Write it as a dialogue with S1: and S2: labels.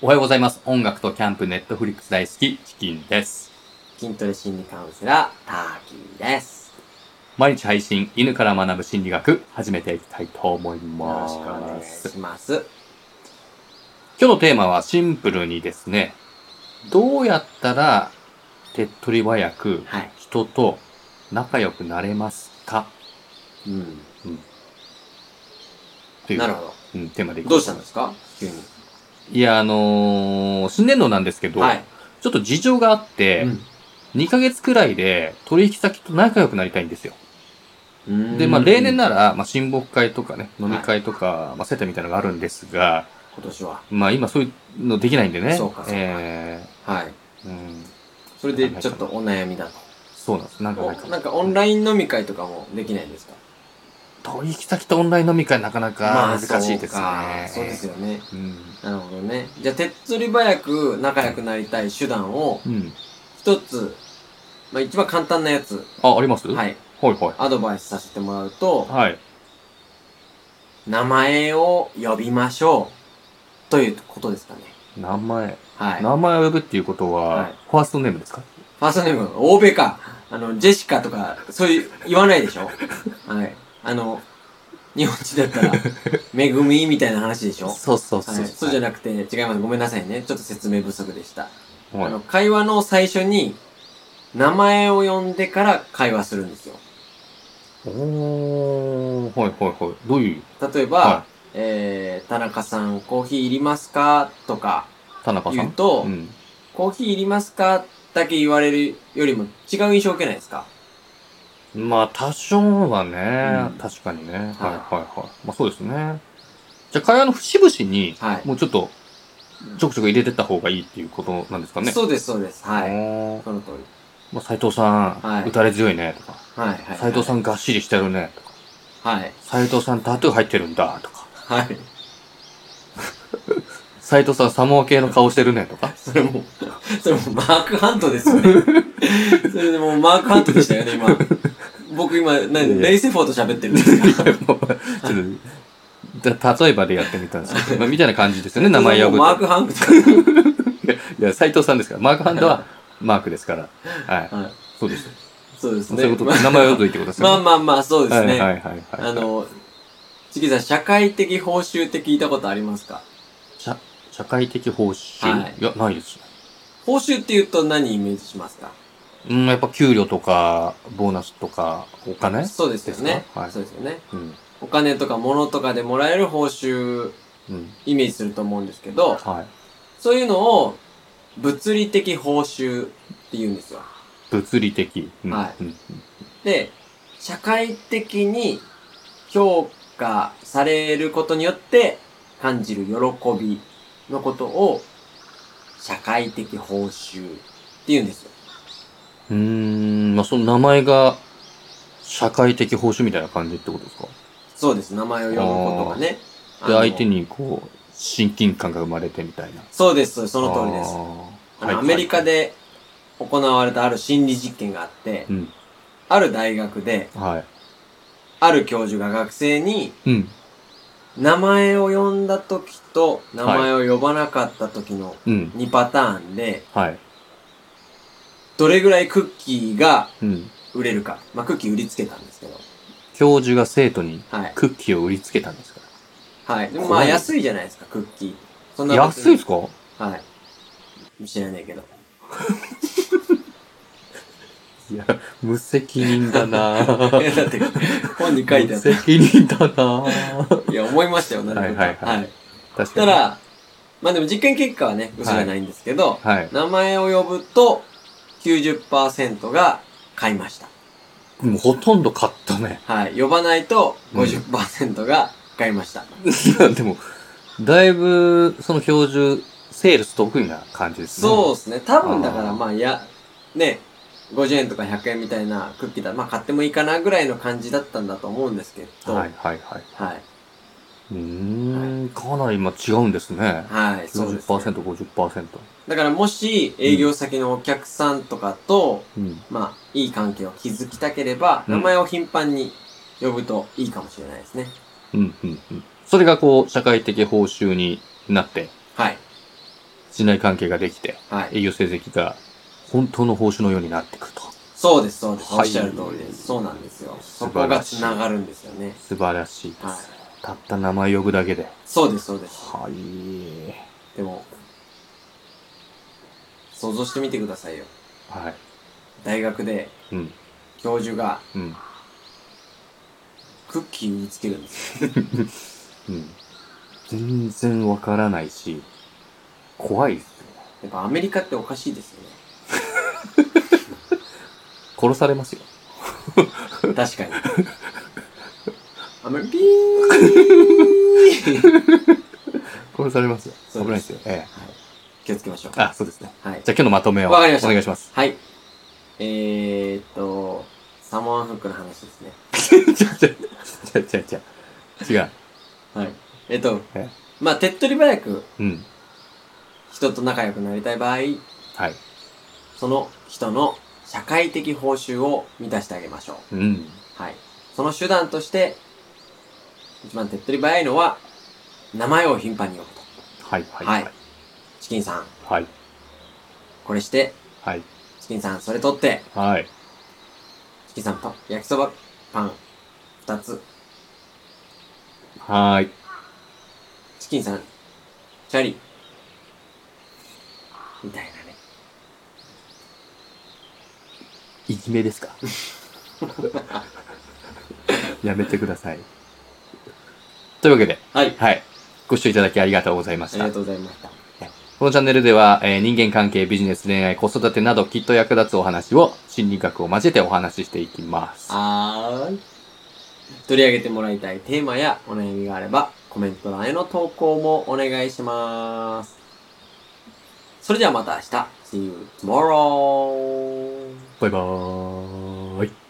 S1: おはようございます。音楽とキャンプ、ネットフリックス大好き、チキンです。
S2: 筋トレ心理カウンセラー、ターキーです。
S1: 毎日配信、犬から学ぶ心理学、始めていきたいと思い
S2: よ
S1: ま
S2: ろ
S1: す。
S2: しくお願いします。
S1: 今日のテーマはシンプルにですね、どうやったら手っ取り早く
S2: はい。
S1: 人と仲良くなれますか
S2: うん。
S1: という
S2: なるほ
S1: うん、テーマでいき
S2: ど。ど
S1: ま
S2: う
S1: す
S2: したんですか急に。
S1: いや、あのー新年度なんですけど、
S2: はい。
S1: ちょっと事情があって、2ヶ月くらいで取引先と仲良くなりたいんですよ。
S2: うん
S1: で、まあ、例年
S2: な
S1: なら、まあ、親睦会とかね、飲み会とか、まあ、接待みたいなのがあるんですが、
S2: 今年は。
S1: まあ、今そういうのできないんでね。
S2: そうかそうか
S1: え
S2: はい。
S1: ーうん、
S2: それでちょっとお悩みだと。
S1: そうなんです。なんかないか
S2: おなんかオンライン飲み会とかもできないんですか
S1: 取引先とオンライン飲み会なかなか難しいですね。
S2: まあそうかそうです
S1: よ。
S2: よね。
S1: うん。
S2: なるほどね。じゃあ、手っ取り早く仲良くなりたい手段を、
S1: うん。
S2: 一つ、まあ一番簡単なやつ、
S1: あ、あります。
S2: はいい、
S1: はいは
S2: アドバイスさせてもらうと
S1: い。、はい。
S2: 名前を呼びましょう。ということですかね。
S1: 名前。
S2: はい。
S1: 名前を呼ぶっていうことは、
S2: はい
S1: ファーストネームですか
S2: ファーストネーム、欧米か。あの、ジェシカとか、そういう、言わないでしょはい。あの、日本人だったら、めぐみみたいな話でしょは
S1: そうそう
S2: い。そうじゃなくて、違います。ごめんなさいね。ちょっと説明不足でした。
S1: は
S2: あ
S1: い
S2: の、会話の最初に、名前を呼んでから会話するんですよ。
S1: おー、はいはいはい。どういう
S2: 例えば、
S1: は
S2: えー、田中さん、コーヒーいりますかとか
S1: 田中さ
S2: 言うんと、
S1: うん。
S2: コーヒーいりますかだけ言われるよりも違う印象を受けないですか
S1: まあ、多少はね、
S2: うん
S1: 確かにね。はいはいはい。まあそうですね。じゃあ会話の節々に、
S2: はい。
S1: もうちょっと、ちょくちょく入れてった方がいいっていうことなんですかね。
S2: そうです、そうです。
S1: う
S2: はい。
S1: ね。
S2: その通り。
S1: まあ、斎藤さん、
S2: はい
S1: 打たれ強いね、とか。
S2: はい、はい。
S1: 斎藤さんがっしりしてるね、とか。
S2: はい。
S1: 斎藤さんタトゥー入ってるんだ、とか。
S2: はい。
S1: 斎藤さんサモア系の顔してるね、とか。
S2: それも、 それもマークハントですよね。 それでもうマークハントでしたよね、今。僕今、
S1: いやい
S2: 何
S1: や
S2: レイセフォーと喋ってるんですか
S1: もうちょっと、だ例えばでやってみたん ですけど、まあ、みたいな感じですよね、名前呼ぶ
S2: もうマー
S1: と。
S2: クハント
S1: いや、斎藤さんですから。マークハンドは、マークですから。はい。
S2: はい
S1: そうです。
S2: そうです
S1: そ
S2: ね。
S1: ういうことです、名前呼ぶといいってことですよね
S2: まあ。まあまあ、そうですね。
S1: はいはいはい、はい。
S2: あ、の、チキさん、社会的報酬って聞いたことありますか
S1: 社、社会的報酬、
S2: はい
S1: い、や、ないです。
S2: 報酬って言うと何イメージしますか
S1: うん、やっぱ給料とか、ボーナスとか、お金
S2: そうですよね
S1: です。かはい
S2: そうですよね。
S1: うん。
S2: お金とか物とかでもらえる報酬、
S1: うん。
S2: イメージすると思うんですけど、
S1: はい。
S2: そういうのを、物理的報酬って言うんですよ。
S1: 物理的。うん、
S2: はい
S1: うん。
S2: で、社会的に評価されることによって感じる喜びのことを社会的報酬って言うんですよ。
S1: うーん、まあ、その名前が、社会的報酬みたいな感じってことですか
S2: そうです。名前を呼ぶことがね。
S1: で、
S2: あの
S1: 相手。にこう、親近感が生まれてみたいな。
S2: そうです。そうですその通りです。
S1: あー
S2: あの、アメリカ。で行われたある心理実験があって、
S1: はいうん。
S2: ある大学で、
S1: はい。
S2: ある教授が学生に、
S1: うん。
S2: 名前を呼んだ時と、名前を呼ばなかった時の
S1: うん。
S2: 2パターンで、
S1: はい。
S2: どれぐらいクッキーが
S1: うん。
S2: 売れるか。まあ、クッキー売りつけたんですけど。
S1: 教授が生徒に
S2: はい。
S1: クッキーを売りつけたんですか
S2: はい。でもま
S1: 怖
S2: あ、
S1: い
S2: 安いじゃないですか、クッキー。そんな別
S1: 安い
S2: に
S1: ですか
S2: はい。知らないけど。
S1: いや、無責任だな
S2: いやだって、本に書いてあ
S1: 無
S2: った。
S1: 責任だなぁ
S2: いや、思いましたよ、なるほど。
S1: はいはいはい
S2: はい。
S1: 確
S2: た
S1: かに。
S2: ら、まあでも実験結果はね、嘘じゃないんですけど、
S1: はい。
S2: 名前を呼ぶと90%が買いました。
S1: もうほとんど買ったね。
S2: はい。呼ばないと50%が買いました。
S1: でも、だいぶ、その教授、セールス得意な感じですね。
S2: そうですね。多分だから
S1: あー
S2: まあ、いや、ね、50円とか100円みたいなクッキーだ。まあ買ってもいいかなぐらいの感じだったんだと思うんですけど。
S1: はい
S2: い。
S1: はいはい。
S2: はい。
S1: うーん、かなり今違うんですね。
S2: はい、そうです、
S1: 90%、50%。
S2: だからもし営業先のお客さんとかと、
S1: うん。
S2: まあ、いい関係を築きたければ、
S1: うん
S2: 名前を頻繁に呼ぶといいかもしれないですね。
S1: うん、うん、うん。それがこう、社会的報酬になって、
S2: はい。
S1: 信頼関係ができて、
S2: はい。
S1: 営業成績が本当の報酬のようになってくると。
S2: そうです、そうです。お
S1: は
S2: っ
S1: い
S2: しゃる通りです。そうなんですよ。そ
S1: 素
S2: こ
S1: 晴
S2: が
S1: らしい
S2: 繋がるんですよね。
S1: 素晴らしいです。
S2: はい
S1: たった名前呼ぶだけで。
S2: そうです、そうです。
S1: はい。
S2: でも、想像してみてくださいよ。
S1: はい。
S2: 大学で
S1: うん。
S2: 教授が
S1: うん。
S2: クッキー売りつけるんですよ。
S1: うん。全然わからないし、怖いですよ。
S2: やっぱアメリカっておかしいですよ ね。
S1: 殺されます よ。
S2: 確かに。アメリカ、ビー
S1: 殺されますよ。危
S2: そうです
S1: ないですよ。え
S2: 気をつけましょう
S1: え。。あ、そうですね。
S2: はい。
S1: じゃあ今日のまとめをお
S2: わかりました
S1: 願いします。
S2: はい。えーっと、サモアンフックの話ですね。
S1: ちゃちゃちゃちゃちゃ違う。
S2: はい。えっと
S1: え、
S2: まあ、手っ取り早く
S1: うん。
S2: 人と仲良くなりたい場合、
S1: はい。
S2: その人の社会的報酬を満たしてあげましょう。
S1: うん。
S2: はい。その手段として、一番手っ取り早いのは、名前を頻繁に呼ぶと。
S1: はい、はい、
S2: は
S1: はいい。
S2: チキンさん、
S1: はい、
S2: これして、
S1: はい、
S2: チキンさん、それ取って、
S1: はい。
S2: チキンさんと、焼きそば、パン、二つ、
S1: はい。
S2: チキンさん、チャリ、みたいなね。
S1: いじめですか やめてください。というわけで、
S2: はい。
S1: はい。ご視聴いただきありがとうございま
S2: あ
S1: し
S2: り
S1: た
S2: が。とうございました。
S1: このチャンネルでは、えー人間関係、ビジネス、恋愛、子育てなどきっと役立つお話を心理学を交えてお話ししていきます。
S2: はーい。取り上げてもらいたいテーマやお悩みがあれば、コメント欄への投稿もお願いします。それではまた明日。See you tomorrow!
S1: バイバーイ。